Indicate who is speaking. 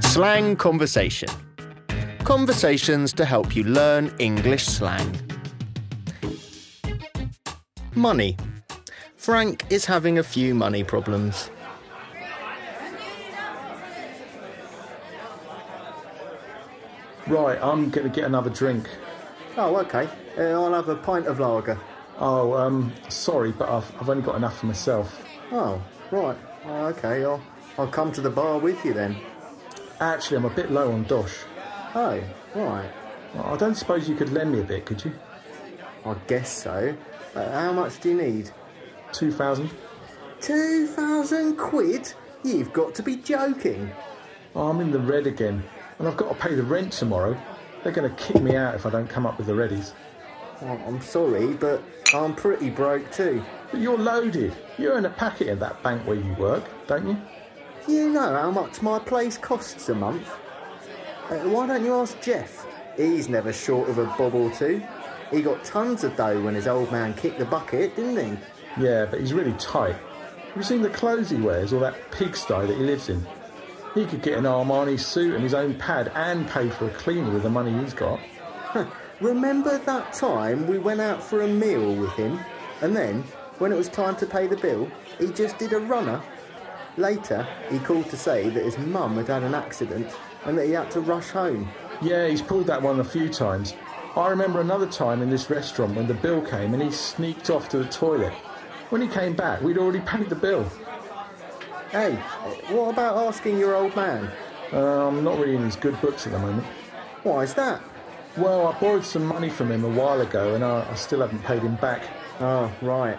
Speaker 1: Slang Conversation. Conversations to help you learn English slang. Money. Frank is having a few money problems.
Speaker 2: Right, I'm going to get another drink.
Speaker 1: Oh, okay. Uh, I'll have a pint of lager.
Speaker 2: Oh, um, sorry, but I've, I've only got enough for myself.
Speaker 1: Oh, right. Oh, okay, I'll, I'll come to the bar with you then.
Speaker 2: Actually, I'm a bit low on dosh.
Speaker 1: Oh, right.
Speaker 2: Well, I don't suppose you could lend me a bit, could you?
Speaker 1: I guess so. Uh, how much do you need?
Speaker 2: 2,000?
Speaker 1: Two thousand quid? You've got to be joking.
Speaker 2: Oh, I'm in the red again, and I've got to pay the rent tomorrow. They're going to kick me out if I don't come up with the readies.
Speaker 1: Well, Oh, I'm sorry, but I'm pretty broke too.
Speaker 2: But you're loaded. You earn a packet at that bank where you work, don't you?
Speaker 1: You know how much my place costs a month. Uh, why don't you ask Jeff? He's never short of a bob or two. He got tons of dough when his old man kicked the bucket, didn't he?
Speaker 2: Yeah, but he's really tight. Have you seen the clothes he wears or that pigsty that he lives in? He could get an Armani suit and his own pad and pay for a cleaner with the money he's got.
Speaker 1: Remember that time we went out for a meal with him, and then, when it was time to pay the bill, he just did a runner? Later, he called to say that his mum had had an accident and that he had to rush home.
Speaker 2: Yeah, he's pulled that one a few times. I remember another time in this restaurant when the bill came and he sneaked off to the toilet. When he came back, we'd already paid the bill.
Speaker 1: Hey, what about asking your old man?
Speaker 2: Uh, I'm not really in his good books at the moment.
Speaker 1: Why's that?
Speaker 2: Well, I borrowed some money from him a while ago and I, I still haven't paid him back.
Speaker 1: Oh, right.